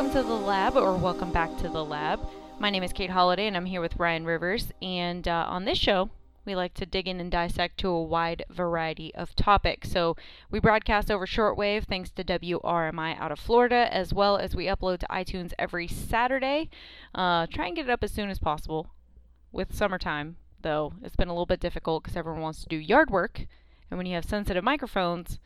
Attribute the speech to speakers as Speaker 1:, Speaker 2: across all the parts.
Speaker 1: Lab, or welcome back to the lab. My name is Kate Holliday, and I'm here with Ryan Rivers. And uh, on this show, we like to dig in and dissect to a wide variety of topics. So we broadcast over shortwave thanks to WRMI out of Florida, as well as we upload to iTunes every Saturday. Uh, try and get it up as soon as possible. With summertime, though, it's been a little bit difficult because everyone wants to do yard work, and when you have sensitive microphones,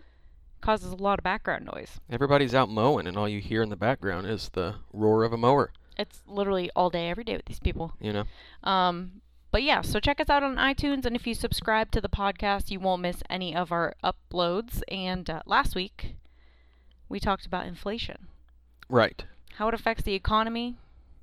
Speaker 1: causes a lot of background noise.
Speaker 2: Everybody's out mowing, and all you hear in the background is the roar of a mower.
Speaker 1: It's literally all day, every day with these people.
Speaker 2: You know,
Speaker 1: Um, but yeah, so check us out on iTunes, and if you subscribe to the podcast, you won't miss any of our uploads. And uh, last week, we talked about inflation,
Speaker 2: right?
Speaker 1: how it affects the economy.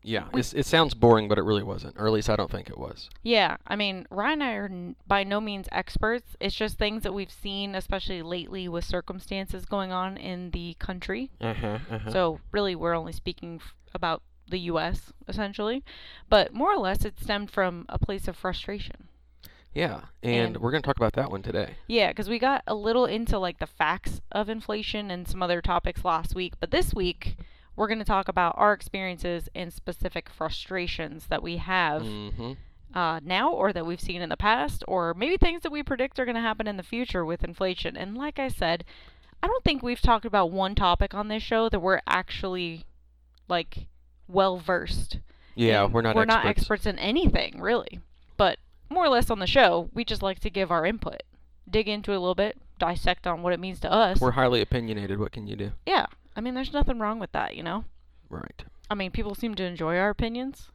Speaker 2: Yeah, it's, it sounds boring, but it really wasn't, or at least I don't think it was.
Speaker 1: Yeah, I mean, Ryan and I are n- by no means experts. It's just things that we've seen, especially lately with circumstances going on in the country.
Speaker 2: Uh huh. Uh-huh.
Speaker 1: So really, we're only speaking f- about the U.S. essentially, but more or less, it stemmed from a place of frustration.
Speaker 2: yeah, and,
Speaker 1: and-
Speaker 2: we're gonna talk about that one today.
Speaker 1: Yeah, because we got a little into like the facts of inflation and some other topics last week, but this week we're going to talk about our experiences and specific frustrations that we have
Speaker 2: Mm-hmm.
Speaker 1: uh, now or that we've seen in the past, or maybe things that we predict are going to happen in the future with inflation. And like I said, I don't think we've talked about one topic on this show that we're actually like well versed.
Speaker 2: Yeah,
Speaker 1: in-
Speaker 2: we're not.
Speaker 1: we're
Speaker 2: experts.
Speaker 1: not experts in anything really, but more or less on the show, we just like to give our input, dig into it a little bit, dissect on what it means to us.
Speaker 2: We're highly opinionated. What can you do?
Speaker 1: yeah, I mean, there's nothing wrong with that, you know.
Speaker 2: Right.
Speaker 1: I mean, people seem to enjoy our opinions.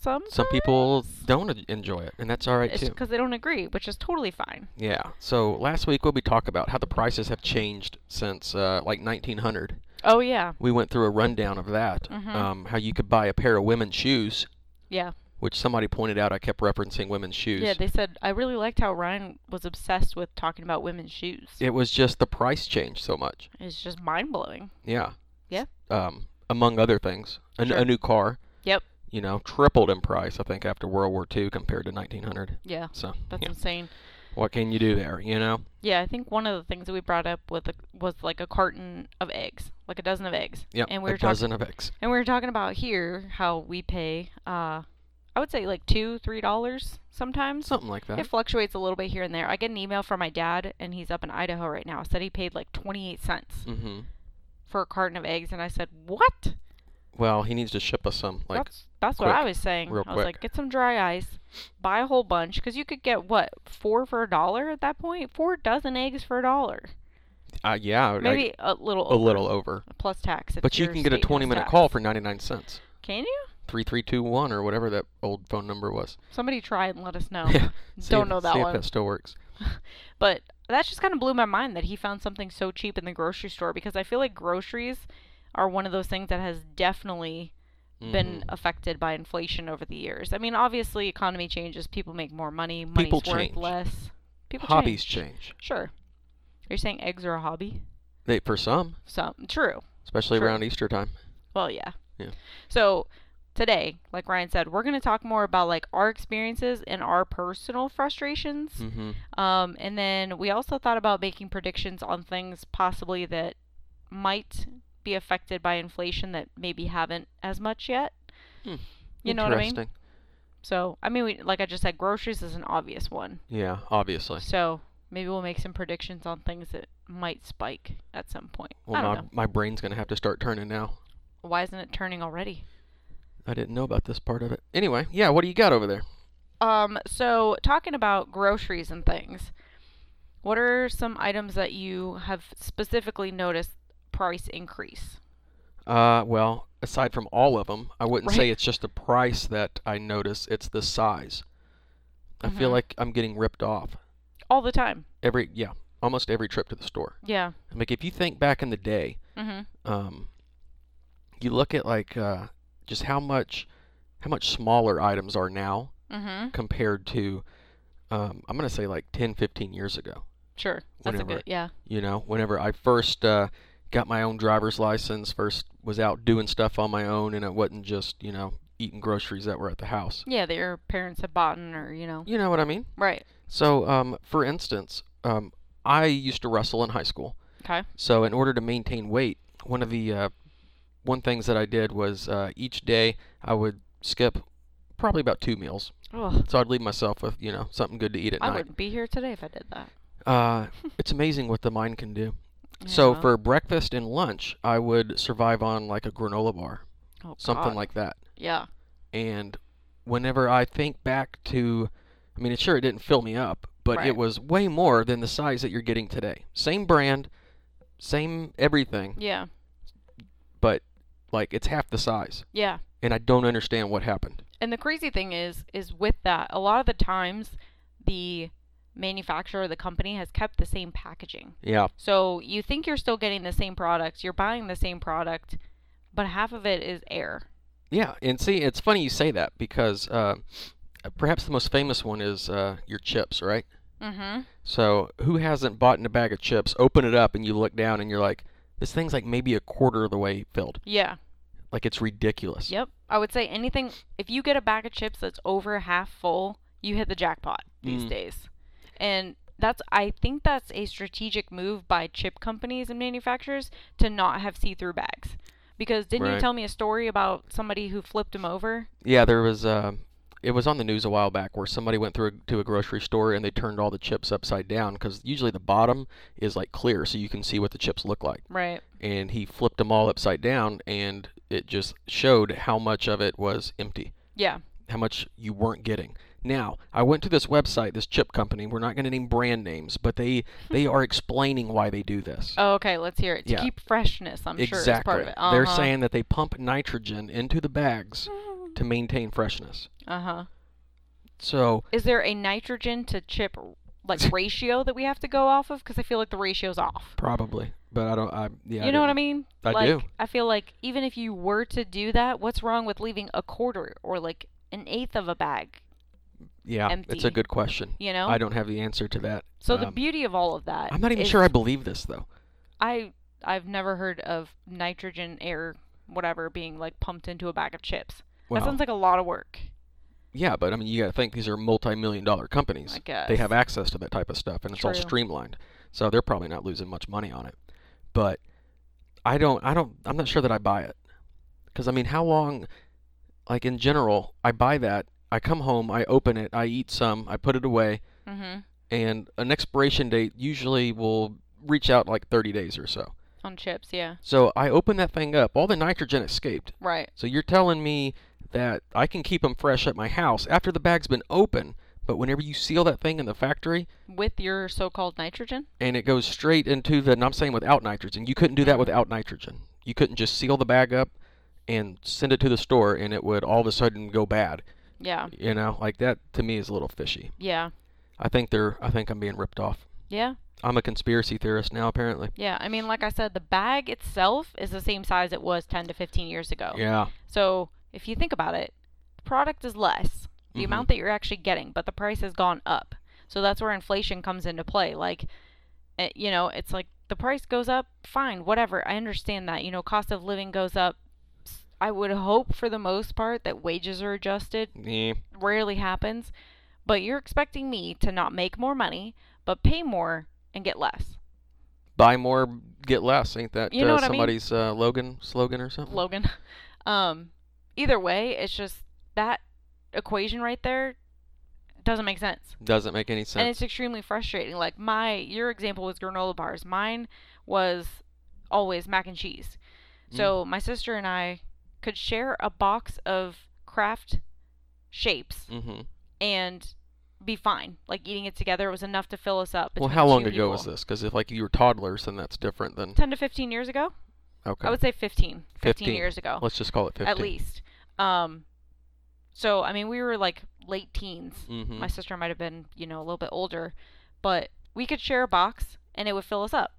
Speaker 1: Some
Speaker 2: Some people don't en- enjoy it, and that's all right
Speaker 1: it's
Speaker 2: too.
Speaker 1: because they don't agree, which is totally fine.
Speaker 2: Yeah. So last week we'll be talking about how the prices have changed since uh, like 1900.
Speaker 1: Oh yeah,
Speaker 2: We went through a rundown of that.
Speaker 1: Mhm.
Speaker 2: Um, how you could buy a pair of women's shoes
Speaker 1: yeah,
Speaker 2: which somebody pointed out I kept referencing women's shoes.
Speaker 1: yeah. They said I really liked how Ryan was obsessed with talking about women's shoes.
Speaker 2: it was just the price changed so much.
Speaker 1: It's just mind blowing.
Speaker 2: Yeah.
Speaker 1: Yeah.
Speaker 2: Um, among other things, a, n- a
Speaker 1: Sure.
Speaker 2: new car.
Speaker 1: Yep.
Speaker 2: You know, tripled in price I think after World War II compared to 1900.
Speaker 1: Yeah,
Speaker 2: So
Speaker 1: that's
Speaker 2: yeah.
Speaker 1: insane.
Speaker 2: what can you do there? You know.
Speaker 1: Yeah, I think one of the things that we brought up with the, was like a carton of eggs, like a dozen of eggs.
Speaker 2: Yep.
Speaker 1: And we were
Speaker 2: a
Speaker 1: talking
Speaker 2: dozen of eggs.
Speaker 1: and we were talking about here how we pay uh I would say like 2, 3 dollars sometimes.
Speaker 2: Something like that.
Speaker 1: It fluctuates a little bit here and there. I get an email from my dad and he's up in Idaho right now. Said he paid like 28 cents
Speaker 2: mm-hmm.
Speaker 1: for a carton of eggs and I said, "What?"
Speaker 2: Well, he needs to ship us some. Like
Speaker 1: that's that's what I
Speaker 2: quick,
Speaker 1: was saying.
Speaker 2: real
Speaker 1: I was like,
Speaker 2: quick.
Speaker 1: "Get some dry ice, buy a whole bunch cuz you could get what? 4 for a dollar at that point? 4 dozen eggs for a dollar.
Speaker 2: uh, yeah, like,
Speaker 1: Maybe a little
Speaker 2: a little over.
Speaker 1: plus tax. if
Speaker 2: But you
Speaker 1: your
Speaker 2: can get a
Speaker 1: state has
Speaker 2: 20 minute
Speaker 1: tax.
Speaker 2: call for 99 cents.
Speaker 1: Can you?
Speaker 2: 3321 or whatever that old phone number was.
Speaker 1: Somebody try and let us know.
Speaker 2: Yeah. See
Speaker 1: Don't
Speaker 2: if-
Speaker 1: know that
Speaker 2: see
Speaker 1: one.
Speaker 2: if that still works.
Speaker 1: But that just kind of blew my mind that he found something so cheap in the grocery store because I feel like groceries are one of those things that has definitely
Speaker 2: Mm-hmm.
Speaker 1: been affected by inflation over the years. I mean, obviously, economy changes, people make more money, money's
Speaker 2: People
Speaker 1: worth
Speaker 2: change.
Speaker 1: less. People
Speaker 2: hobbies change.
Speaker 1: Sure. You're saying eggs are a hobby?
Speaker 2: They for some,
Speaker 1: Some true.
Speaker 2: especially
Speaker 1: Sure.
Speaker 2: around Easter time.
Speaker 1: Well, yeah.
Speaker 2: Yeah.
Speaker 1: So today, like Ryan said, we're going to talk more about like our experiences and our personal frustrations.
Speaker 2: Mm-hmm.
Speaker 1: Um, and then we also thought about making predictions on things possibly that might be affected by inflation that maybe haven't as much yet.
Speaker 2: Hmm.
Speaker 1: You know what I mean? So, I mean, we, like I just said, groceries is an obvious one.
Speaker 2: Yeah, obviously.
Speaker 1: So maybe we'll make some predictions on things that might spike at some point. I
Speaker 2: Well,
Speaker 1: don't
Speaker 2: my
Speaker 1: know.
Speaker 2: my brain's gonna have to start turning now.
Speaker 1: Why isn't it turning already?
Speaker 2: I didn't know about this part of it. Anyway, yeah, what do you got over there?
Speaker 1: Um, so talking about groceries and things, what are some items that you have specifically noticed price increase?
Speaker 2: Uh, well, aside from all of them, I wouldn't say
Speaker 1: Right.
Speaker 2: it's just the price that I notice. It's the size. I feel
Speaker 1: Mhm.
Speaker 2: like I'm getting ripped off
Speaker 1: All the time.
Speaker 2: every yeah, almost every trip to the store.
Speaker 1: Yeah.
Speaker 2: Like if you think back in the day,
Speaker 1: Mm-hmm.
Speaker 2: um, you look at like uh, just how much how much smaller items are now
Speaker 1: Mm-hmm.
Speaker 2: compared to um, I'm gonna say like 10, 15 years ago.
Speaker 1: Sure. That's a
Speaker 2: Whatever.
Speaker 1: good. Yeah.
Speaker 2: You know, whenever I first uh, got my own driver's license, first was out doing stuff on my own, and it wasn't just you know eating groceries that were at the house.
Speaker 1: Yeah, that your parents have bought or you know.
Speaker 2: You know what I mean?
Speaker 1: Right.
Speaker 2: So, um, for instance, um, I used to wrestle in high school.
Speaker 1: Okay.
Speaker 2: So, in order to maintain weight, one of the uh, one things that I did was uh, each day I would skip probably about two meals.
Speaker 1: Oh,
Speaker 2: So I'd leave myself with you know something good to eat at
Speaker 1: I
Speaker 2: night.
Speaker 1: wouldn't be here today if I did that.
Speaker 2: Uh, it's amazing what the mind can do. So
Speaker 1: Yeah.
Speaker 2: for breakfast and lunch, I would survive on like a granola bar,
Speaker 1: Oh,
Speaker 2: something
Speaker 1: God.
Speaker 2: like that.
Speaker 1: yeah,
Speaker 2: and whenever I think back to, I mean, it sure it didn't fill me up, but
Speaker 1: Right.
Speaker 2: it was way more than the size that you're getting today. Same brand, same everything,
Speaker 1: yeah,
Speaker 2: but like it's half the size,
Speaker 1: yeah.
Speaker 2: and I don't understand what happened.
Speaker 1: And the crazy thing is, is with that, a lot of the times, the manufacturer, the company has kept the same packaging.
Speaker 2: Yeah,
Speaker 1: So you think you're still getting the same products, you're buying the same product, but half of it is air.
Speaker 2: yeah, and see, it's funny you say that because uh, perhaps the most famous one is uh, your chips, right?
Speaker 1: Mm-hmm.
Speaker 2: So who hasn't bought in a bag of chips? Open it up, and you look down, and you're like, this thing's like maybe a quarter of the way filled.
Speaker 1: Yeah.
Speaker 2: Like it's ridiculous.
Speaker 1: Yep. I would say anything if you get a bag of chips that's over half full, you hit the jackpot these
Speaker 2: Mm.
Speaker 1: days. And that's I think that's a strategic move by chip companies and manufacturers to not have see-through bags. Because didn't you
Speaker 2: Right.
Speaker 1: tell me a story about somebody who flipped them over?
Speaker 2: Yeah, there was. Uh, it was on the news a while back where somebody went through a, to a grocery store and they turned all the chips upside down because usually the bottom is like clear, so you can see what the chips look like.
Speaker 1: Right.
Speaker 2: And he flipped them all upside down, and it just showed how much of it was empty,
Speaker 1: Yeah.
Speaker 2: how much you weren't getting. Now, I went to this website, this chip company. We're not going to name brand names, but they they are explaining why they do this.
Speaker 1: Hmm. Oh, okay, let's hear it. To
Speaker 2: Yeah.
Speaker 1: keep freshness, I'm
Speaker 2: exactly.
Speaker 1: sure is part of it. Uh-huh.
Speaker 2: They're saying that they pump nitrogen into the bags to maintain freshness.
Speaker 1: Uh-huh.
Speaker 2: So
Speaker 1: Is there a nitrogen to chip like ratio that we have to go off of? Because I feel like the ratio's off.
Speaker 2: Probably, but I don't. I yeah.
Speaker 1: you know what I
Speaker 2: didn't-
Speaker 1: mean?
Speaker 2: I
Speaker 1: like,
Speaker 2: do.
Speaker 1: I feel like even if you were to do that, what's wrong with leaving a quarter or like an eighth of a bag?
Speaker 2: Yeah, it's
Speaker 1: empty,
Speaker 2: a good question.
Speaker 1: You know.
Speaker 2: I don't have the answer to that.
Speaker 1: so the
Speaker 2: um,
Speaker 1: beauty of all of that.
Speaker 2: I'm not even
Speaker 1: is
Speaker 2: sure I believe this though.
Speaker 1: I I've never heard of nitrogen air whatever being like pumped into a bag of chips.
Speaker 2: Well,
Speaker 1: That sounds like a lot of work.
Speaker 2: yeah, but I mean, you got to think these are multi-million dollar companies.
Speaker 1: I guess.
Speaker 2: They have access to that type of stuff, and it's all
Speaker 1: True.
Speaker 2: streamlined. So they're probably not losing much money on it. But I don't. I don't. I'm not sure that I buy it. Because I mean, how long? Like in general, I buy that. I come home. I open it. I eat some. I put it away.
Speaker 1: Mhm.
Speaker 2: And an expiration date usually will reach out like 30 days or so.
Speaker 1: On chips, yeah.
Speaker 2: So I opened that thing up. All the nitrogen escaped.
Speaker 1: Right.
Speaker 2: So you're telling me that I can keep them fresh at my house after the bag's been open, but whenever you seal that thing in the factory
Speaker 1: With your so-called nitrogen?
Speaker 2: and it goes straight into the, and I'm saying without nitrogen, you couldn't do that without nitrogen. You couldn't just seal the bag up and send it to the store and it would all of a sudden go bad.
Speaker 1: Yeah.
Speaker 2: You know, like that to me is a little fishy.
Speaker 1: Yeah.
Speaker 2: I think they're, I think I'm being ripped off.
Speaker 1: Yeah.
Speaker 2: I'm a conspiracy theorist now, apparently.
Speaker 1: Yeah, I mean, like I said, the bag itself is the same size it was 10 to 15 years ago.
Speaker 2: Yeah.
Speaker 1: So if you think about it, the product is less, the
Speaker 2: Mhm.
Speaker 1: amount that you're actually getting, but the price has gone up. So that's where inflation comes into play. Like, eh, you know, it's like the price goes up, fine, whatever. I understand that. You know, cost of living goes up. S- I would hope for the most part that wages are adjusted.
Speaker 2: Yeah.
Speaker 1: Rarely happens. But you're expecting me to not make more money, but pay more and get less.
Speaker 2: Buy more, get less. Ain't that
Speaker 1: You know
Speaker 2: uh,
Speaker 1: what I mean?
Speaker 2: somebody's uh, Logan slogan or something?
Speaker 1: Logan. Um, either way, it's just that equation right there doesn't make sense.
Speaker 2: Doesn't make any
Speaker 1: And
Speaker 2: sense.
Speaker 1: it's extremely frustrating. Like my your example was granola bars. Mine was always mac and cheese. So
Speaker 2: Mm.
Speaker 1: my sister and I could share a box of craft shapes
Speaker 2: Mm-hmm.
Speaker 1: and be fine. Like eating it together, it was enough to fill us up.
Speaker 2: Well,
Speaker 1: between
Speaker 2: how
Speaker 1: two
Speaker 2: long ago was
Speaker 1: people.
Speaker 2: this? Because if like you were toddlers, then that's different than.
Speaker 1: Ten to fifteen years ago.
Speaker 2: Okay.
Speaker 1: I would say 15, 15.
Speaker 2: 15.
Speaker 1: years ago.
Speaker 2: Let's just call it 15.
Speaker 1: at least. Um, so I mean, we were like late teens.
Speaker 2: Mm-hmm.
Speaker 1: My sister might have been, you know, a little bit older, but we could share a box and it would fill us up.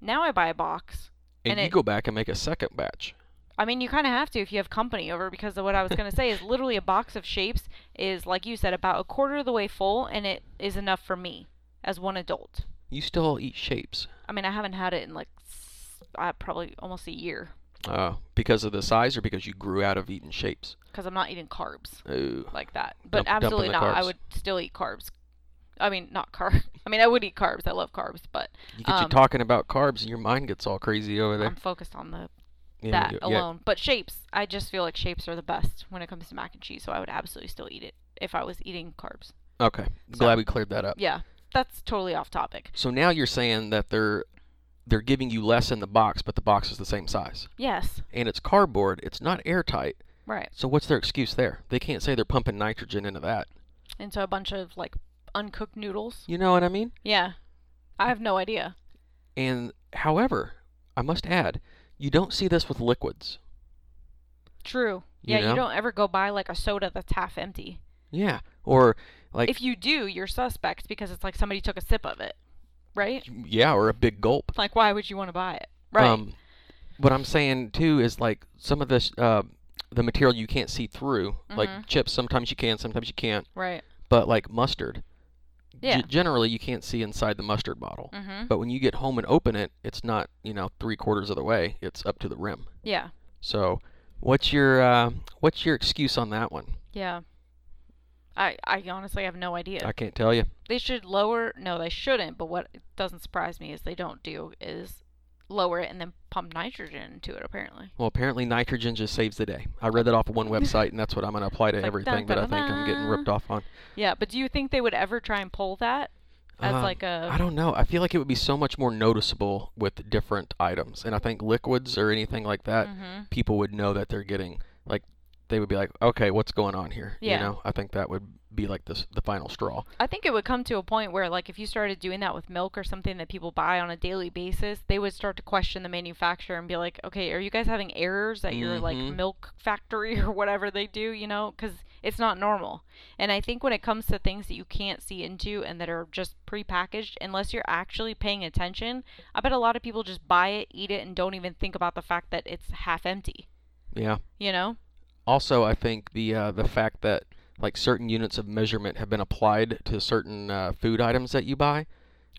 Speaker 1: Now I buy a box.
Speaker 2: and
Speaker 1: and
Speaker 2: you
Speaker 1: it-
Speaker 2: go back and make a second batch.
Speaker 1: I mean, you kind of have to if you have company over because of what I was going to say is literally a box of shapes is like you said about a quarter of the way full and it is enough for me as one adult.
Speaker 2: You still eat shapes
Speaker 1: I mean, I haven't had it in like s- uh, probably almost a year
Speaker 2: uh, because of the size or because you grew out of eating shapes.
Speaker 1: because I'm not eating carbs.
Speaker 2: Ooh.
Speaker 1: like that. But
Speaker 2: Dump- dump in
Speaker 1: absolutely
Speaker 2: the
Speaker 1: not. I
Speaker 2: carbs.
Speaker 1: would still eat carbs. I mean, not carbs. I mean, I would eat carbs. I love carbs, but
Speaker 2: You get you
Speaker 1: Um,
Speaker 2: talking about carbs and your mind gets all crazy over there.
Speaker 1: I'm focused on the
Speaker 2: Yeah,
Speaker 1: that
Speaker 2: you do- yeah.
Speaker 1: alone. But shapes, I just feel like shapes are the best when it comes to mac and cheese, so I would absolutely still eat it if I was eating carbs.
Speaker 2: Okay. Glad we cleared that up.
Speaker 1: Yeah, that's totally off topic.
Speaker 2: So now you're saying that they're they're giving you less in the box, but the box is the same size.
Speaker 1: Yes,
Speaker 2: And it's cardboard, it's not airtight.
Speaker 1: right.
Speaker 2: So what's their excuse there? They can't say they're pumping nitrogen into that.
Speaker 1: And so a bunch of like uncooked noodles.
Speaker 2: You know what I mean?
Speaker 1: Yeah, I have no idea.
Speaker 2: And however, I must add, you don't see this with liquids.
Speaker 1: True.
Speaker 2: You
Speaker 1: Yeah,
Speaker 2: know?
Speaker 1: you don't ever go buy like a soda that's half empty.
Speaker 2: Yeah. Or like
Speaker 1: If you do, you're suspect because it's like somebody took a sip of it, right?
Speaker 2: yeah, or a big gulp.
Speaker 1: Like, why would you want to buy it? Right.
Speaker 2: Um, what I'm saying too is like some of this uh, the material you can't see through, like
Speaker 1: Mhm.
Speaker 2: chips. Sometimes you can, sometimes you can't.
Speaker 1: right.
Speaker 2: But like mustard, g-
Speaker 1: Yeah.
Speaker 2: generally you can't see inside the mustard bottle.
Speaker 1: Mm-hmm.
Speaker 2: But when you get home and open it, it's not you know three quarters of the way. It's up to the rim.
Speaker 1: Yeah.
Speaker 2: So, what's your uh, what's your excuse on that one?
Speaker 1: Yeah. I I honestly have no idea.
Speaker 2: I can't tell you.
Speaker 1: they should lower no they shouldn't but what doesn't surprise me is they don't do is lower it and then pump nitrogen into it apparently
Speaker 2: Well, apparently nitrogen just saves the day. I read that off of one website, and that's what I'm going to apply to
Speaker 1: It's like,
Speaker 2: everything. but I think I'm getting ripped
Speaker 1: dun-dun-dun-dun.
Speaker 2: off on.
Speaker 1: yeah but do you think they would ever try and pull that as
Speaker 2: Um,
Speaker 1: like a
Speaker 2: I don't know. I feel like it would be so much more noticeable with different items, and I think liquids or anything like that,
Speaker 1: Mhm.
Speaker 2: people would know that they're getting like they would be like, okay, what's going on here?
Speaker 1: Yeah.
Speaker 2: You know, I think that would be like this the final straw.
Speaker 1: i think it would come to a point where like if you started doing that with milk or something that people buy on a daily basis they would start to question the manufacturer and be like okay are you guys having errors at your like
Speaker 2: Mhm.
Speaker 1: milk factory or whatever they do you know because it's not normal and i think when it comes to things that you can't see into and that are just prepackaged unless you're actually paying attention i bet a lot of people just buy it eat it and don't even think about the fact that it's half empty
Speaker 2: Yeah.
Speaker 1: you know
Speaker 2: Also, I think the uh, the fact that like certain units of measurement have been applied to certain uh, food items that you buy,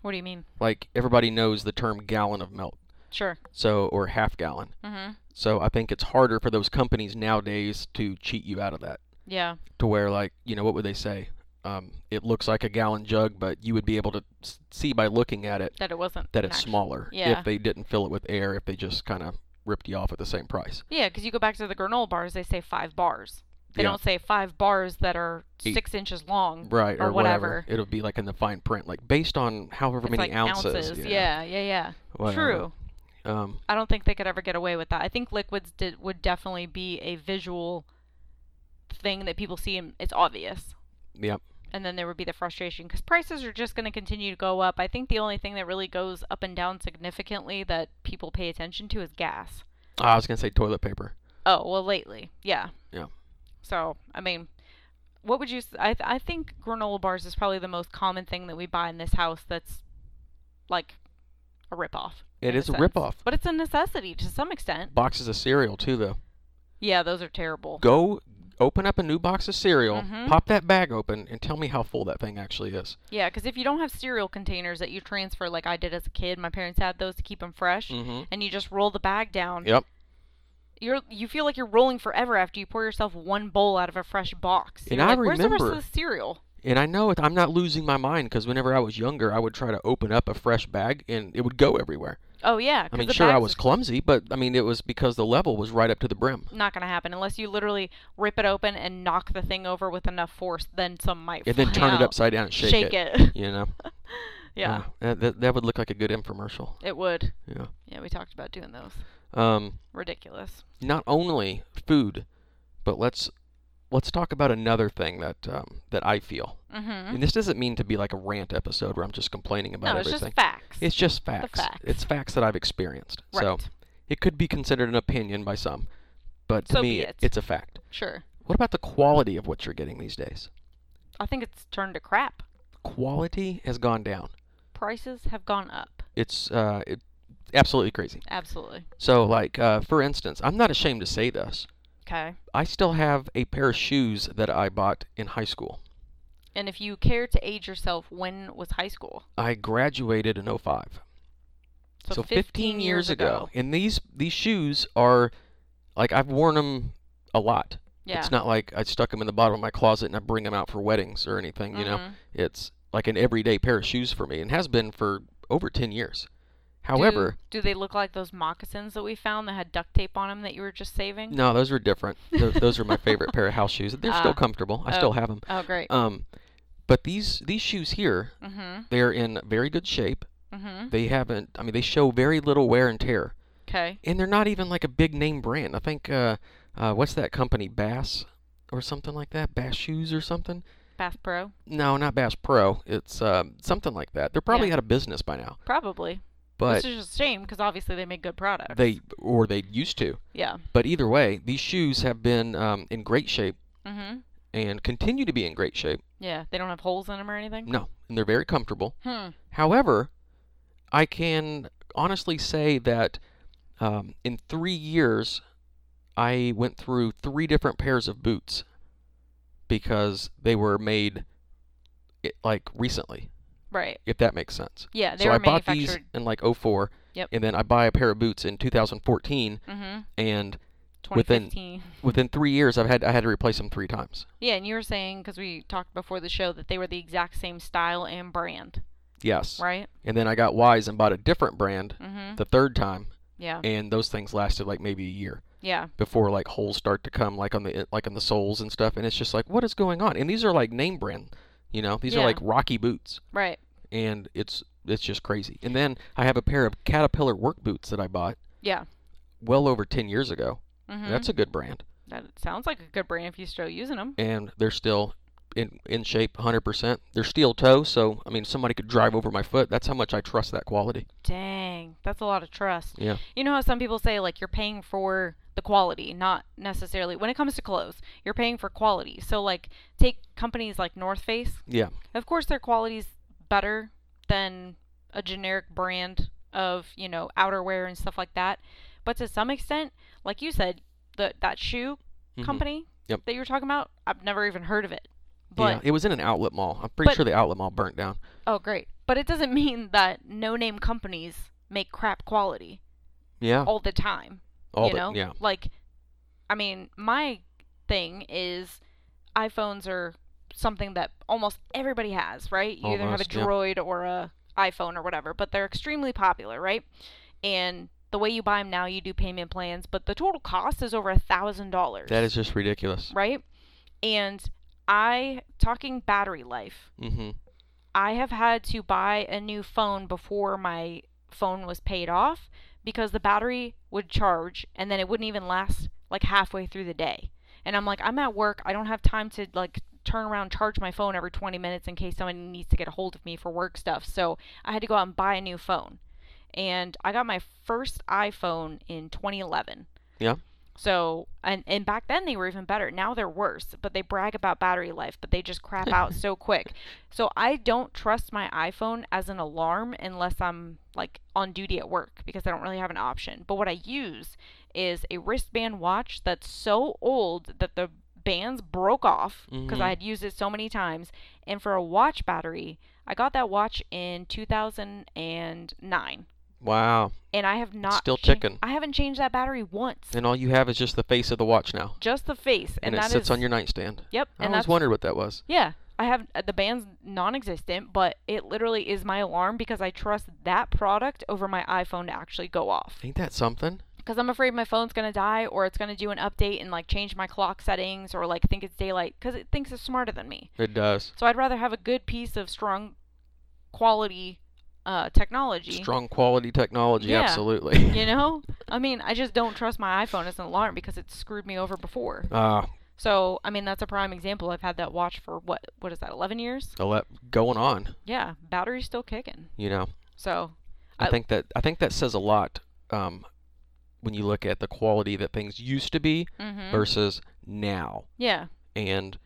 Speaker 1: what do you mean
Speaker 2: like everybody knows the term gallon of milk,
Speaker 1: sure
Speaker 2: so or half gallon.
Speaker 1: mm-hmm
Speaker 2: So I think it's harder for those companies nowadays to cheat you out of that.
Speaker 1: yeah
Speaker 2: to where like you know what would they say um, it looks like a gallon jug but you would be able to s- see by looking at it
Speaker 1: that it wasn't
Speaker 2: that
Speaker 1: an
Speaker 2: it's
Speaker 1: actual-
Speaker 2: smaller
Speaker 1: yeah.
Speaker 2: if they didn't fill it with air if they just kind of ripped you off at the same price
Speaker 1: Yeah, because you go back to the granola bars, they say five bars. They
Speaker 2: Yeah.
Speaker 1: don't say five bars that are
Speaker 2: Eight.
Speaker 1: six inches long.
Speaker 2: right
Speaker 1: Mm-hmm. Or
Speaker 2: or,
Speaker 1: whatever.
Speaker 2: it'll be like in the fine print like based on however
Speaker 1: It's
Speaker 2: many
Speaker 1: like ounces. Yeah, yeah, yeah.
Speaker 2: whatever.
Speaker 1: True.
Speaker 2: um,
Speaker 1: I don't think they could ever get away with that. I think liquids did, would definitely be a visual thing that people see and it's obvious.
Speaker 2: yeah
Speaker 1: And then there would be the frustration because prices are just going to continue to go up. I think the only thing that really goes up and down significantly that people pay attention to is gas.
Speaker 2: Ah, i was gonna say toilet paper
Speaker 1: Oh, well, lately. Yeah.
Speaker 2: Yeah.
Speaker 1: So, I mean, what would you s- I th- I think granola bars is probably the most common thing that we buy in this house that's like a ripoff.
Speaker 2: It
Speaker 1: in
Speaker 2: is a
Speaker 1: sense.
Speaker 2: ripoff.
Speaker 1: But it's a necessity to some extent.
Speaker 2: boxes of cereal too though
Speaker 1: Yeah, those are terrible.
Speaker 2: go open up a new box of cereal
Speaker 1: Mhm.
Speaker 2: pop that bag open and tell me how full that thing actually is
Speaker 1: Yeah, cuz if you don't have cereal containers that you transfer like I did as a kid, my parents had those to keep them fresh,
Speaker 2: mm-hmm.
Speaker 1: and you just roll the bag down.
Speaker 2: yep
Speaker 1: You're you feel like you're rolling forever after you pour yourself one bowl out of a fresh box.
Speaker 2: And
Speaker 1: You're
Speaker 2: I
Speaker 1: like, Where's the rest
Speaker 2: remember-
Speaker 1: of the cereal?
Speaker 2: And I know it, I'm not losing my mind because whenever I was younger, I would try to open up a fresh bag and it would go everywhere.
Speaker 1: Oh yeah,
Speaker 2: I
Speaker 1: 'cause
Speaker 2: mean,
Speaker 1: the
Speaker 2: sure, I
Speaker 1: bags
Speaker 2: was
Speaker 1: is
Speaker 2: clumsy, but I mean, it was because the level was right up to the brim.
Speaker 1: not going to happen unless you literally rip it open and knock the thing over with enough force. Then some might.
Speaker 2: And then
Speaker 1: fly
Speaker 2: turn
Speaker 1: out.
Speaker 2: it upside down and shake,
Speaker 1: Shake it.
Speaker 2: You know?
Speaker 1: yeah,
Speaker 2: Uh, that, that, that would look like a good infomercial.
Speaker 1: it would.
Speaker 2: Yeah.
Speaker 1: Yeah, we talked about doing those.
Speaker 2: Um,
Speaker 1: Ridiculous.
Speaker 2: not only food, but let's let's talk about another thing that um, that I feel.
Speaker 1: Mm-hmm.
Speaker 2: And this doesn't mean to be like a rant episode where I'm just complaining about
Speaker 1: No, it's
Speaker 2: everything.
Speaker 1: just facts.
Speaker 2: It's just facts.
Speaker 1: facts.
Speaker 2: It's facts that I've experienced.
Speaker 1: right.
Speaker 2: So it could be considered an opinion by some, but to
Speaker 1: So
Speaker 2: me,
Speaker 1: be
Speaker 2: it-
Speaker 1: it.
Speaker 2: it's a fact.
Speaker 1: Sure.
Speaker 2: What about the quality of what you're getting these days?
Speaker 1: I think it's turned to crap.
Speaker 2: Quality has gone down.
Speaker 1: Prices have gone up.
Speaker 2: It's uh, it, absolutely crazy.
Speaker 1: Absolutely.
Speaker 2: So, like uh, for instance, I'm not ashamed to say this.
Speaker 1: Okay.
Speaker 2: I still have a pair of shoes that I bought in high school.
Speaker 1: And if you care to age yourself, when was high school?
Speaker 2: I graduated in 05.
Speaker 1: So,
Speaker 2: 15, years ago. And these these shoes are like I've worn them a lot.
Speaker 1: Yeah.
Speaker 2: It's not like I stuck them in the bottom of my closet and I bring them out for weddings or anything, you know.
Speaker 1: Mhm.
Speaker 2: It's like an everyday pair of shoes for me and has been for over 10 years. However,
Speaker 1: do, do they look like those moccasins that we found that had duct tape on them that you were just saving?
Speaker 2: no, those were different. Those, those are my favorite pair of house shoes. They're
Speaker 1: Ah.
Speaker 2: still comfortable. I
Speaker 1: Oh.
Speaker 2: still have them.
Speaker 1: Oh, great.
Speaker 2: Um, but these these shoes here,
Speaker 1: mhm.
Speaker 2: they're in very good shape.
Speaker 1: Mhm.
Speaker 2: They haven't. I mean, they show very little wear and tear,
Speaker 1: Okay.
Speaker 2: and they're not even like a big name brand. I think uh, uh, what's that company, Bass or something like that, Bass Shoes or something.
Speaker 1: Bass Pro.
Speaker 2: No, not Bass Pro. It's um, something like that. They're probably out of business by now.
Speaker 1: Probably.
Speaker 2: But
Speaker 1: Which is just a shame because obviously they make good products.
Speaker 2: they or they used to.
Speaker 1: Yeah.
Speaker 2: But either way, these shoes have been um, in great shape
Speaker 1: Mhm.
Speaker 2: and continue to be in great shape.
Speaker 1: Yeah. They don't have holes in them or anything.
Speaker 2: No, and they're very comfortable.
Speaker 1: Hmm.
Speaker 2: However, I can honestly say that um, in three years, I went through three different pairs of boots because they were made it, like recently,
Speaker 1: Hmm. Right.
Speaker 2: if that makes sense.
Speaker 1: Yeah. Uh, They
Speaker 2: so
Speaker 1: were
Speaker 2: I bought these
Speaker 1: manufactured.
Speaker 2: in like 04,
Speaker 1: Yep.
Speaker 2: and then I buy a pair of boots in 2014,
Speaker 1: Mhm.
Speaker 2: and within-
Speaker 1: 2015.
Speaker 2: within three years, I've had I had to replace them three times.
Speaker 1: Yeah, and you were saying because we talked before the show that they were the exact same style and brand,
Speaker 2: Yes.
Speaker 1: right?
Speaker 2: And then I got wise and bought a different brand
Speaker 1: Mm-hmm.
Speaker 2: the third time,
Speaker 1: Yeah.
Speaker 2: and those things lasted like maybe a year.
Speaker 1: Yeah.
Speaker 2: before like holes start to come like on the like on the soles and stuff and it's just like what is going on and these are like name brand you know these
Speaker 1: Yeah.
Speaker 2: are like rocky boots
Speaker 1: Right.
Speaker 2: and it's it's just crazy and then i have a pair of caterpillar work boots that i bought
Speaker 1: Yeah.
Speaker 2: well over 10 years ago
Speaker 1: Mm-hmm.
Speaker 2: that's a good brand
Speaker 1: that sounds like a good brand if you're still using them.
Speaker 2: and they're still in in shape 100% they're steel toe so i mean somebody could drive over my foot that's how much i trust that quality
Speaker 1: Dang, that's a lot of trust.
Speaker 2: yeah
Speaker 1: You know how some people say like you're paying for the quality, not necessarily when it comes to clothes. You're paying for quality. So like take companies like North Face.
Speaker 2: yeah
Speaker 1: Of course, their quality's better than a generic brand of, you know, outerwear and stuff like that. But to some extent, like you said, the, that shoe
Speaker 2: Mhm.
Speaker 1: company
Speaker 2: Yep.
Speaker 1: that you were talking about, I've never even heard of it.
Speaker 2: yeah
Speaker 1: But,
Speaker 2: it was in an outlet mall i'm pretty
Speaker 1: but-
Speaker 2: sure the outlet mall burnt down
Speaker 1: oh, great. But it doesn't mean that no name companies make crap quality
Speaker 2: yeah
Speaker 1: all the time.
Speaker 2: all
Speaker 1: Oh, you
Speaker 2: the
Speaker 1: know?
Speaker 2: yeah
Speaker 1: Like, I mean, my thing is iPhones are something that almost everybody has, right? You either have a
Speaker 2: Almost, yeah.
Speaker 1: Droid or a iPhone or whatever, but they're extremely popular, right? And the way you buy them now, you do payment plans, but the total cost is over a thousand dollars.
Speaker 2: that is just ridiculous
Speaker 1: right. And I talking battery life.
Speaker 2: mm-hmm
Speaker 1: I have had to buy a new phone before my phone was paid off because the battery would charge and then it wouldn't even last like halfway through the day. And I'm like, I'm at work. I don't have time to like turn around charge my phone every 20 minutes in case somebody needs to get a hold of me for work stuff. So I had to go out and buy a new phone. And I got my first iPhone in 2011.
Speaker 2: Yeah.
Speaker 1: So and and back then they were even better. Now they're worse, but they brag about battery life, but they just crap out so quick. So I don't trust my iPhone as an alarm unless I'm like on duty at work because I don't really have an option. But what I use is a wristband watch that's so old that the bands broke off because I
Speaker 2: Mhm.
Speaker 1: had used it so many times. And for a watch battery, I got that watch in 2009.
Speaker 2: Wow.
Speaker 1: And I have not
Speaker 2: still
Speaker 1: cha-
Speaker 2: ticking.
Speaker 1: I haven't changed that battery once.
Speaker 2: And all you have is just the face of the watch now.
Speaker 1: Just the face, and,
Speaker 2: And, it
Speaker 1: that
Speaker 2: sits
Speaker 1: is-
Speaker 2: on your nightstand.
Speaker 1: Yep,
Speaker 2: I
Speaker 1: and
Speaker 2: always
Speaker 1: that's
Speaker 2: wondered what that was.
Speaker 1: yeah. I have uh, the band's non-existent, but it literally is my alarm because I trust that product over my iPhone to actually go off.
Speaker 2: Ain't that something?
Speaker 1: Because I'm afraid my phone's gonna die, or it's gonna do an update and like change my clock settings, or like think it's daylight because it thinks it's smarter than me.
Speaker 2: It does.
Speaker 1: So I'd rather have a good piece of strong quality uh, technology.
Speaker 2: Strong quality technology,
Speaker 1: Yeah.
Speaker 2: absolutely.
Speaker 1: You know, I mean, I just don't trust my iPhone as an alarm because it screwed me over before.
Speaker 2: Uh,
Speaker 1: So, I mean, that's a prime example. I've had that watch for what what is that? 11 years?
Speaker 2: a lot going on,
Speaker 1: Yeah, battery's still kicking.
Speaker 2: you know.
Speaker 1: So,
Speaker 2: I,
Speaker 1: I-
Speaker 2: think that I think that says a lot um, when you look at the quality that things used to be
Speaker 1: mhm.
Speaker 2: versus now.
Speaker 1: Yeah.
Speaker 2: And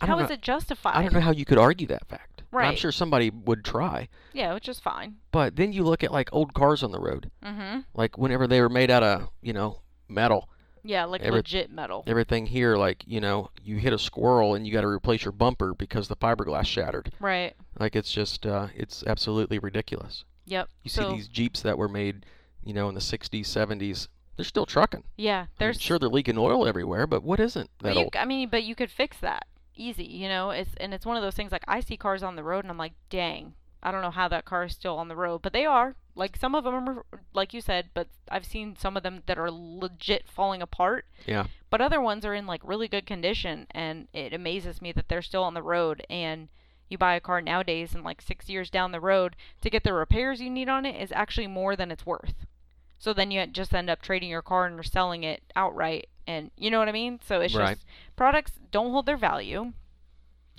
Speaker 2: I
Speaker 1: How
Speaker 2: don't
Speaker 1: is
Speaker 2: know,
Speaker 1: it justified?
Speaker 2: I don't know how you could argue that fact. And I'm
Speaker 1: Right.
Speaker 2: sure somebody would try.
Speaker 1: Yeah, which is fine.
Speaker 2: But then you look at like old cars on the road,
Speaker 1: Mhm.
Speaker 2: like whenever they were made out of, you know, metal.
Speaker 1: Yeah, like
Speaker 2: Every-
Speaker 1: legit metal.
Speaker 2: everything here like you know you hit a squirrel and you got to replace your bumper because the fiberglass shattered
Speaker 1: Right.
Speaker 2: like it's just uh, it's absolutely ridiculous
Speaker 1: Yep.
Speaker 2: you
Speaker 1: so,
Speaker 2: see these jeeps that were made you know in the 60s 70s they're still trucking
Speaker 1: Yeah,
Speaker 2: I'm
Speaker 1: there's
Speaker 2: sure they're leaking oil everywhere but what isn't
Speaker 1: but
Speaker 2: that
Speaker 1: you,
Speaker 2: old
Speaker 1: I mean, but you could fix that easy, you know? It's and it's one of those things like I see cars on the road and I'm like, "Dang, I don't know how that car is still on the road, but they are." Like some of them are, like you said, but I've seen some of them that are legit falling apart.
Speaker 2: Yeah.
Speaker 1: But other ones are in like really good condition, and it amazes me that they're still on the road. And you buy a car nowadays, and like six years down the road, to get the repairs you need on it is actually more than it's worth. So then you just end up trading your car and selling it outright, and you know what I mean. So it's
Speaker 2: Right.
Speaker 1: just products don't hold their value,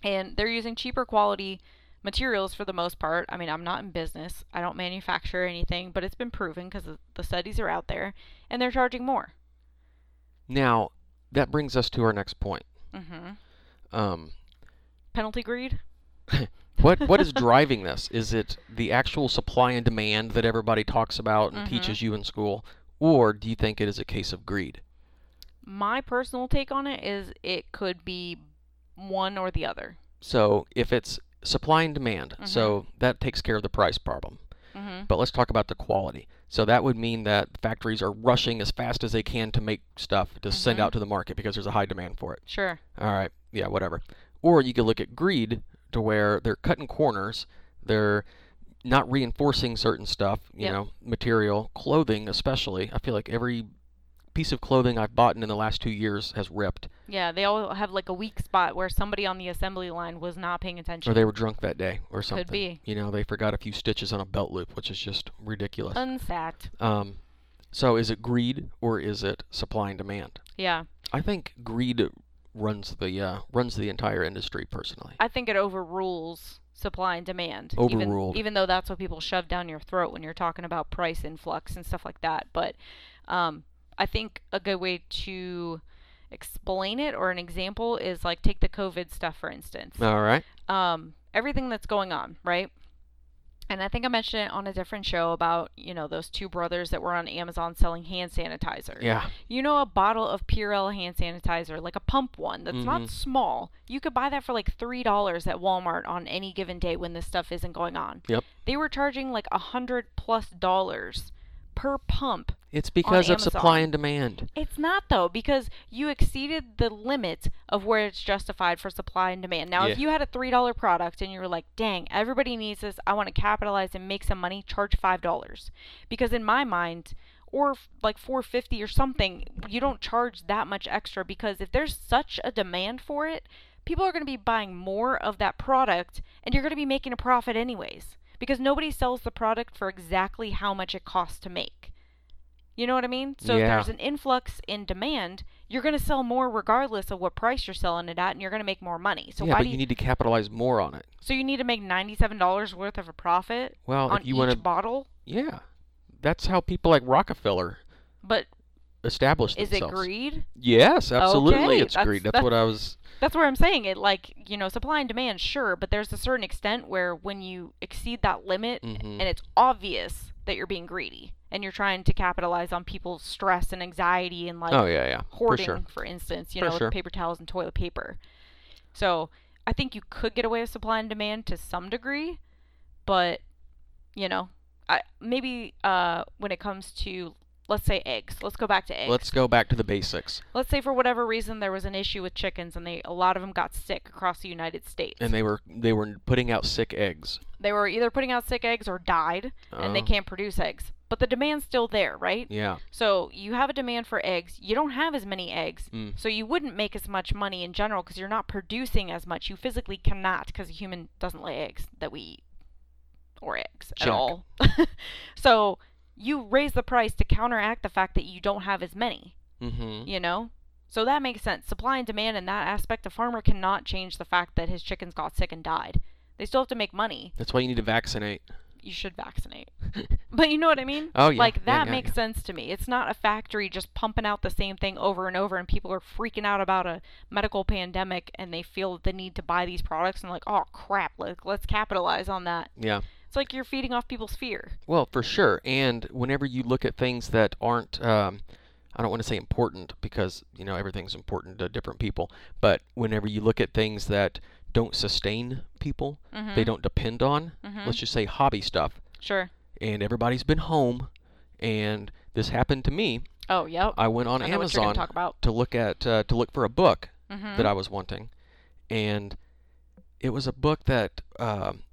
Speaker 1: and they're using cheaper quality materials for the most part. I mean, I'm not in business. I don't manufacture anything, but it's been proven because the studies are out there, and they're charging more.
Speaker 2: Now, that brings us to our next point.
Speaker 1: hmm
Speaker 2: Um,
Speaker 1: Penalty greed.
Speaker 2: what what is driving this? Is it the actual supply and demand that everybody talks about and
Speaker 1: Mhm.
Speaker 2: teaches you in school, or do you think it is a case of greed?
Speaker 1: My personal take on it is it could be one or the other.
Speaker 2: So, if it's supply and demand, so that takes care of the price problem.
Speaker 1: hmm
Speaker 2: But let's talk about the quality. So that would mean that factories are rushing as fast as they can to make stuff to send
Speaker 1: Mhm.
Speaker 2: out to the market because there's a high demand for it.
Speaker 1: Sure.
Speaker 2: All right, yeah, whatever. Or you could look at greed to where they're cutting corners, they're not reinforcing certain stuff, you
Speaker 1: Yep.
Speaker 2: know, material, clothing especially. I feel like every piece of clothing I've bought in the last 2 years has ripped
Speaker 1: Yeah, they all have like a weak spot where somebody on the assembly line was not paying attention.
Speaker 2: or they were drunk that day or something.
Speaker 1: be.
Speaker 2: You know, they forgot a few stitches on a belt loop, which is just ridiculous.
Speaker 1: Unsat.
Speaker 2: Um so is it greed or is it supply and demand?
Speaker 1: Yeah.
Speaker 2: I think greed runs the uh, runs the entire industry personally.
Speaker 1: I think it overrules supply and demand.
Speaker 2: Overruled.
Speaker 1: Even, even though that's what people shove down your throat when you're talking about price influx and stuff like that. But um, I think a good way to explain it or an example is like take the COVID stuff, for instance
Speaker 2: All right.
Speaker 1: um, everything that's going on, right? And I think I mentioned it on a different show about, you know, those two brothers that were on Amazon selling hand sanitizer.
Speaker 2: Yeah.
Speaker 1: You know, a bottle of Purell hand sanitizer, like a pump one that's
Speaker 2: Mhm.
Speaker 1: not small, you could buy that for like $3 at Walmart on any given day when this stuff isn't going on.
Speaker 2: Yep.
Speaker 1: They were charging like a hundred plus dollars per pump
Speaker 2: It's because of supply
Speaker 1: Amazon.
Speaker 2: and demand.
Speaker 1: it's not though because you exceeded the limit of where it's justified for supply and demand. Now, if
Speaker 2: Yeah.
Speaker 1: you had a three dollar product and you were like, "Dang, everybody needs this. I want to capitalize and make some money. Charge five dollars," because in my mind, or f- like four fifty or something, you don't charge that much extra because if there's such a demand for it, people are going to be buying more of that product, and you're going to be making a profit anyways because nobody sells the product for exactly how much it costs to make. You know what I mean? So
Speaker 2: Yeah.
Speaker 1: if there's an influx in demand, you're going to sell more regardless of what price you're selling it at, and you're going to make more money. So
Speaker 2: yeah,
Speaker 1: why
Speaker 2: but
Speaker 1: do
Speaker 2: you,
Speaker 1: you,
Speaker 2: need to capitalize more on it.
Speaker 1: so you need to make ninety-seven dollars worth of a profit
Speaker 2: Well,
Speaker 1: on
Speaker 2: if you
Speaker 1: each
Speaker 2: want to,
Speaker 1: bottle?
Speaker 2: yeah, that's how people like Rockefeller
Speaker 1: But
Speaker 2: established
Speaker 1: is it
Speaker 2: themselves.
Speaker 1: greed?
Speaker 2: Yes, absolutely,
Speaker 1: Okay,
Speaker 2: it's
Speaker 1: that's-
Speaker 2: greed. That's,
Speaker 1: that's-
Speaker 2: what I was.
Speaker 1: That's where I'm saying it. Like you know, supply and demand, sure, but there's a certain extent where when you exceed that limit,
Speaker 2: Mhm.
Speaker 1: and it's obvious that you're being greedy and you're trying to capitalize on people's stress and anxiety and like
Speaker 2: oh yeah, yeah, for
Speaker 1: hoarding,
Speaker 2: sure.
Speaker 1: instance, you
Speaker 2: For
Speaker 1: know,
Speaker 2: sure.
Speaker 1: with paper towels and toilet paper. So I think you could get away with supply and demand to some degree, but you know, I, maybe uh, when it comes to let's say eggs, let's go back to eggs.
Speaker 2: Let's go back to the basics,
Speaker 1: Let's say for whatever reason there was an issue with chickens and they a lot of them got sick across the United States.
Speaker 2: and they were they were putting out sick eggs.
Speaker 1: they were either putting out sick eggs or died and they
Speaker 2: Oh,
Speaker 1: can't produce eggs. But the demand's still there, right?
Speaker 2: Yeah,
Speaker 1: So you have a demand for eggs. You don't have as many eggs.
Speaker 2: Mm.
Speaker 1: So you wouldn't make as much money in general because you're not producing as much. You physically cannot because a human doesn't lay eggs that we eat or eggs
Speaker 2: Check.
Speaker 1: at all. so you raise the price to counteract the fact that you don't have as many,
Speaker 2: mm-hmm.
Speaker 1: you know? So that makes sense. Supply and demand in that aspect, a farmer cannot change the fact that his chickens got sick and died. They still have to make money.
Speaker 2: That's why you need to vaccinate.
Speaker 1: You should vaccinate. But you know what I mean?
Speaker 2: Oh, yeah. Yeah,
Speaker 1: Like that
Speaker 2: yeah,
Speaker 1: makes
Speaker 2: yeah.
Speaker 1: sense to me. It's not a factory just pumping out the same thing over and over and people are freaking out about a medical pandemic and they feel the need to buy these products and like, "Oh crap, like let's capitalize on that."
Speaker 2: yeah.
Speaker 1: It's like you're feeding off people's fear.
Speaker 2: Well, for sure. And whenever you look at things that aren't, um, I don't want to say important because, you know, everything's important to different people, but whenever you look at things that don't sustain people,
Speaker 1: Mm-hmm.
Speaker 2: they don't depend on,
Speaker 1: Mhm.
Speaker 2: let's just say hobby stuff,
Speaker 1: Sure.
Speaker 2: and everybody's been home, and this happened to me.
Speaker 1: Oh, yep.
Speaker 2: I went on
Speaker 1: I know what you're gonna
Speaker 2: Amazon
Speaker 1: talk about.
Speaker 2: to look at uh, to look for a book
Speaker 1: Mhm.
Speaker 2: that I was wanting, and it was a book that um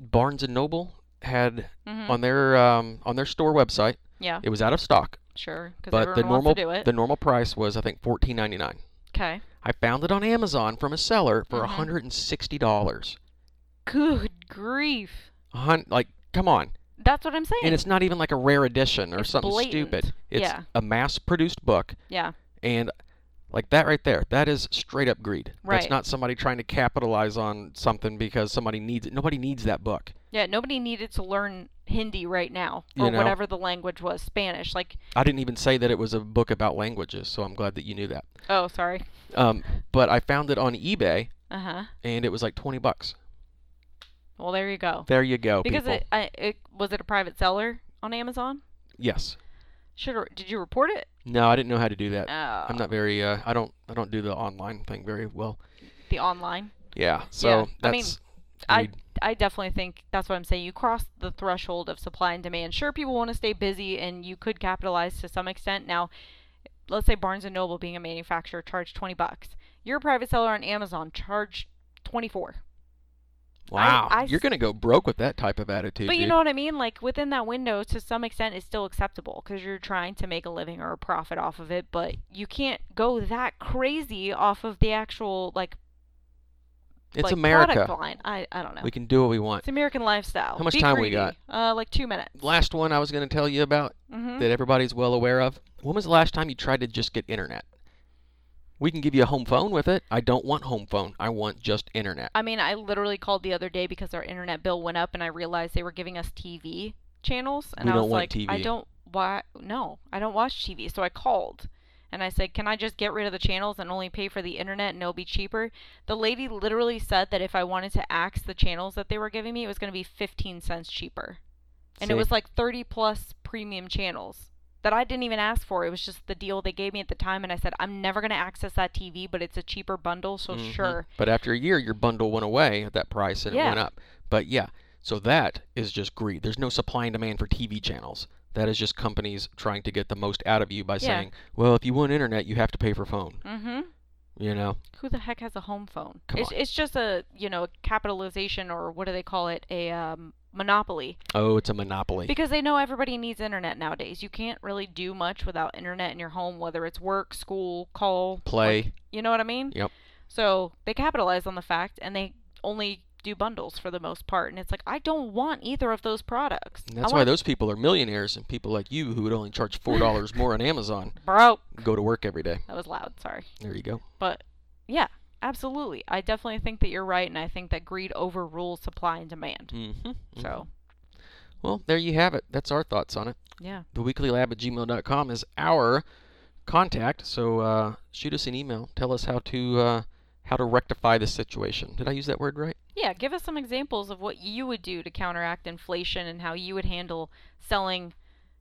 Speaker 2: Barnes and Noble had
Speaker 1: hmm
Speaker 2: on their um, on their store website.
Speaker 1: yeah,
Speaker 2: It was out of stock,
Speaker 1: sure. Because
Speaker 2: but
Speaker 1: everyone
Speaker 2: the normal
Speaker 1: wants to do it.
Speaker 2: the normal price was I think fourteen ninety nine.
Speaker 1: okay.
Speaker 2: I found it on Amazon from a seller for
Speaker 1: Mhm.
Speaker 2: hundred and sixty dollars.
Speaker 1: Good grief.
Speaker 2: Hun- like, come on!
Speaker 1: That's what I'm saying.
Speaker 2: And it's not even like a rare edition or
Speaker 1: It's
Speaker 2: something stupid.
Speaker 1: blatant.
Speaker 2: It's
Speaker 1: Yeah.
Speaker 2: a mass-produced book,
Speaker 1: yeah.
Speaker 2: and like that right there, that is straight up greed.
Speaker 1: Right.
Speaker 2: That's not somebody trying to capitalize on something because somebody needs it. Nobody needs that book.
Speaker 1: Yeah. Nobody needed to learn Hindi right now
Speaker 2: You
Speaker 1: or
Speaker 2: know.
Speaker 1: whatever the language was, Spanish. Like,
Speaker 2: I didn't even say that it was a book about languages, so I'm glad that you knew that.
Speaker 1: oh, sorry.
Speaker 2: Um, but I found it on eBay,
Speaker 1: Uh huh.
Speaker 2: and it was like twenty bucks.
Speaker 1: Well, there you go.
Speaker 2: There you go,
Speaker 1: Because
Speaker 2: people.
Speaker 1: it, I, it was it a private seller on Amazon?
Speaker 2: yes.
Speaker 1: Should did you report it?
Speaker 2: No, I didn't know how to do that.
Speaker 1: Oh,
Speaker 2: I'm not very. Uh, I don't. I don't do the online thing very well.
Speaker 1: the online.
Speaker 2: Yeah. So
Speaker 1: I
Speaker 2: that's.
Speaker 1: mean, I-
Speaker 2: greed.
Speaker 1: I definitely think that's what I'm saying. You cross the threshold of supply and demand. Sure, people want to stay busy, and you could capitalize to some extent. Now, let's say Barnes and Noble, being a manufacturer, charged 20 bucks. You're a private seller on Amazon, charged 24.
Speaker 2: Wow,
Speaker 1: I
Speaker 2: you're
Speaker 1: s-
Speaker 2: gonna go broke with that type of attitude.
Speaker 1: But you
Speaker 2: dude.
Speaker 1: know what I mean? Like within that window, to some extent, it's still acceptable because you're trying to make a living or a profit off of it. But you can't go that crazy off of the actual like
Speaker 2: it's
Speaker 1: like,
Speaker 2: America.
Speaker 1: product line. I I don't know.
Speaker 2: We can do what we want.
Speaker 1: it's American lifestyle.
Speaker 2: How much
Speaker 1: Be
Speaker 2: time we
Speaker 1: greedy.
Speaker 2: got?
Speaker 1: Uh, like two minutes.
Speaker 2: Last one I was gonna tell you about
Speaker 1: hmm
Speaker 2: that everybody's well aware of. When was the last time you tried to just get internet? We can give you a home phone with it. I don't want home phone. I want just internet.
Speaker 1: I mean, I literally called the other day because our internet bill went up, and I realized they were giving us TV channels, and
Speaker 2: We
Speaker 1: I
Speaker 2: don't
Speaker 1: was
Speaker 2: want
Speaker 1: like, I
Speaker 2: TV.
Speaker 1: don't why no, I don't watch TV. So I called, and I said, can I just get rid of the channels and only pay for the internet, and it'll be cheaper? The lady literally said that if I wanted to axe the channels that they were giving me, it was going to be 15 cents cheaper, and it
Speaker 2: See?
Speaker 1: was like 30 plus premium channels. That I didn't even ask for. It was just the deal they gave me at the time, and I said I'm never gonna access that TV, but it's a cheaper bundle, so
Speaker 2: Mhm.
Speaker 1: sure.
Speaker 2: But after a year, your bundle went away at that price and it went
Speaker 1: Yeah.
Speaker 2: up. But yeah, so that is just greed. There's no supply and demand for TV channels. That is just companies trying to get the most out of you by
Speaker 1: Yeah.
Speaker 2: saying, well, if you want internet, you have to pay for phone.
Speaker 1: Mm-hmm.
Speaker 2: You know?
Speaker 1: who the heck has a home phone?
Speaker 2: Come
Speaker 1: it's,
Speaker 2: on.
Speaker 1: it's just a you know capitalization or what do they call it a um, monopoly
Speaker 2: Oh, it's a monopoly.
Speaker 1: because they know everybody needs internet nowadays. You can't really do much without internet in your home, whether it's work, school, call, like,
Speaker 2: Play.
Speaker 1: you know what I mean?
Speaker 2: Yep.
Speaker 1: So they capitalize on the fact, and they only do bundles for the most part. And it's like I don't want either of those products.
Speaker 2: And that's
Speaker 1: I
Speaker 2: why
Speaker 1: want
Speaker 2: those people are millionaires and people like you who would only charge four dollars more on Amazon
Speaker 1: broke.
Speaker 2: go to work every day.
Speaker 1: That was loud. Sorry.
Speaker 2: There you go.
Speaker 1: But yeah, absolutely. I definitely think that you're right, and I think that greed overrules supply and demand.
Speaker 2: Mm-hmm.
Speaker 1: So
Speaker 2: well, there you have it. That's our thoughts on it.
Speaker 1: yeah.
Speaker 2: The weekly lab at gmail.com is our contact. So uh, shoot us an email. Tell us how to uh, how to rectify the situation. Did I use that word right?
Speaker 1: Yeah, give us some examples of what you would do to counteract inflation and how you would handle selling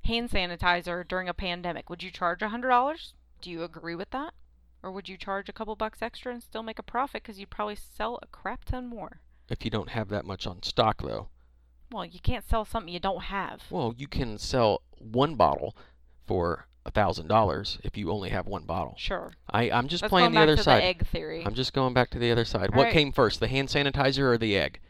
Speaker 1: hand sanitizer during a pandemic. Would you charge $100? Do you agree with that? Or would you charge a couple bucks extra and still make a profit because you'd probably sell a crap ton more?
Speaker 2: If you don't have that much on stock, though,
Speaker 1: Well, you can't sell something you don't have.
Speaker 2: well, you can sell one bottle for a thousand dollars if you only have one bottle.
Speaker 1: Sure.
Speaker 2: I, I'm just
Speaker 1: Let's go
Speaker 2: playing
Speaker 1: back
Speaker 2: the other
Speaker 1: to
Speaker 2: side.
Speaker 1: the egg theory.
Speaker 2: I'm just going back to the other side.
Speaker 1: All
Speaker 2: what
Speaker 1: right.
Speaker 2: came first, the hand sanitizer or the egg?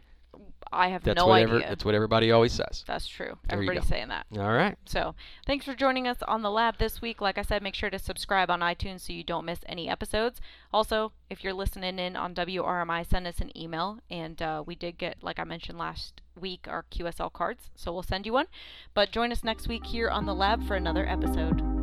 Speaker 1: I have
Speaker 2: That's
Speaker 1: no
Speaker 2: what
Speaker 1: idea.
Speaker 2: ever, that's what everybody always says.
Speaker 1: That's true.
Speaker 2: There you
Speaker 1: Everybody's
Speaker 2: go.
Speaker 1: saying that.
Speaker 2: All right.
Speaker 1: So, thanks for joining us on the lab this week. Like I said, make sure to subscribe on iTunes so you don't miss any episodes. Also, if you're listening in on WRMI, send us an email. And uh, we did get, like I mentioned last week, our QSL cards. So, we'll send you one. But join us next week here on the lab for another episode.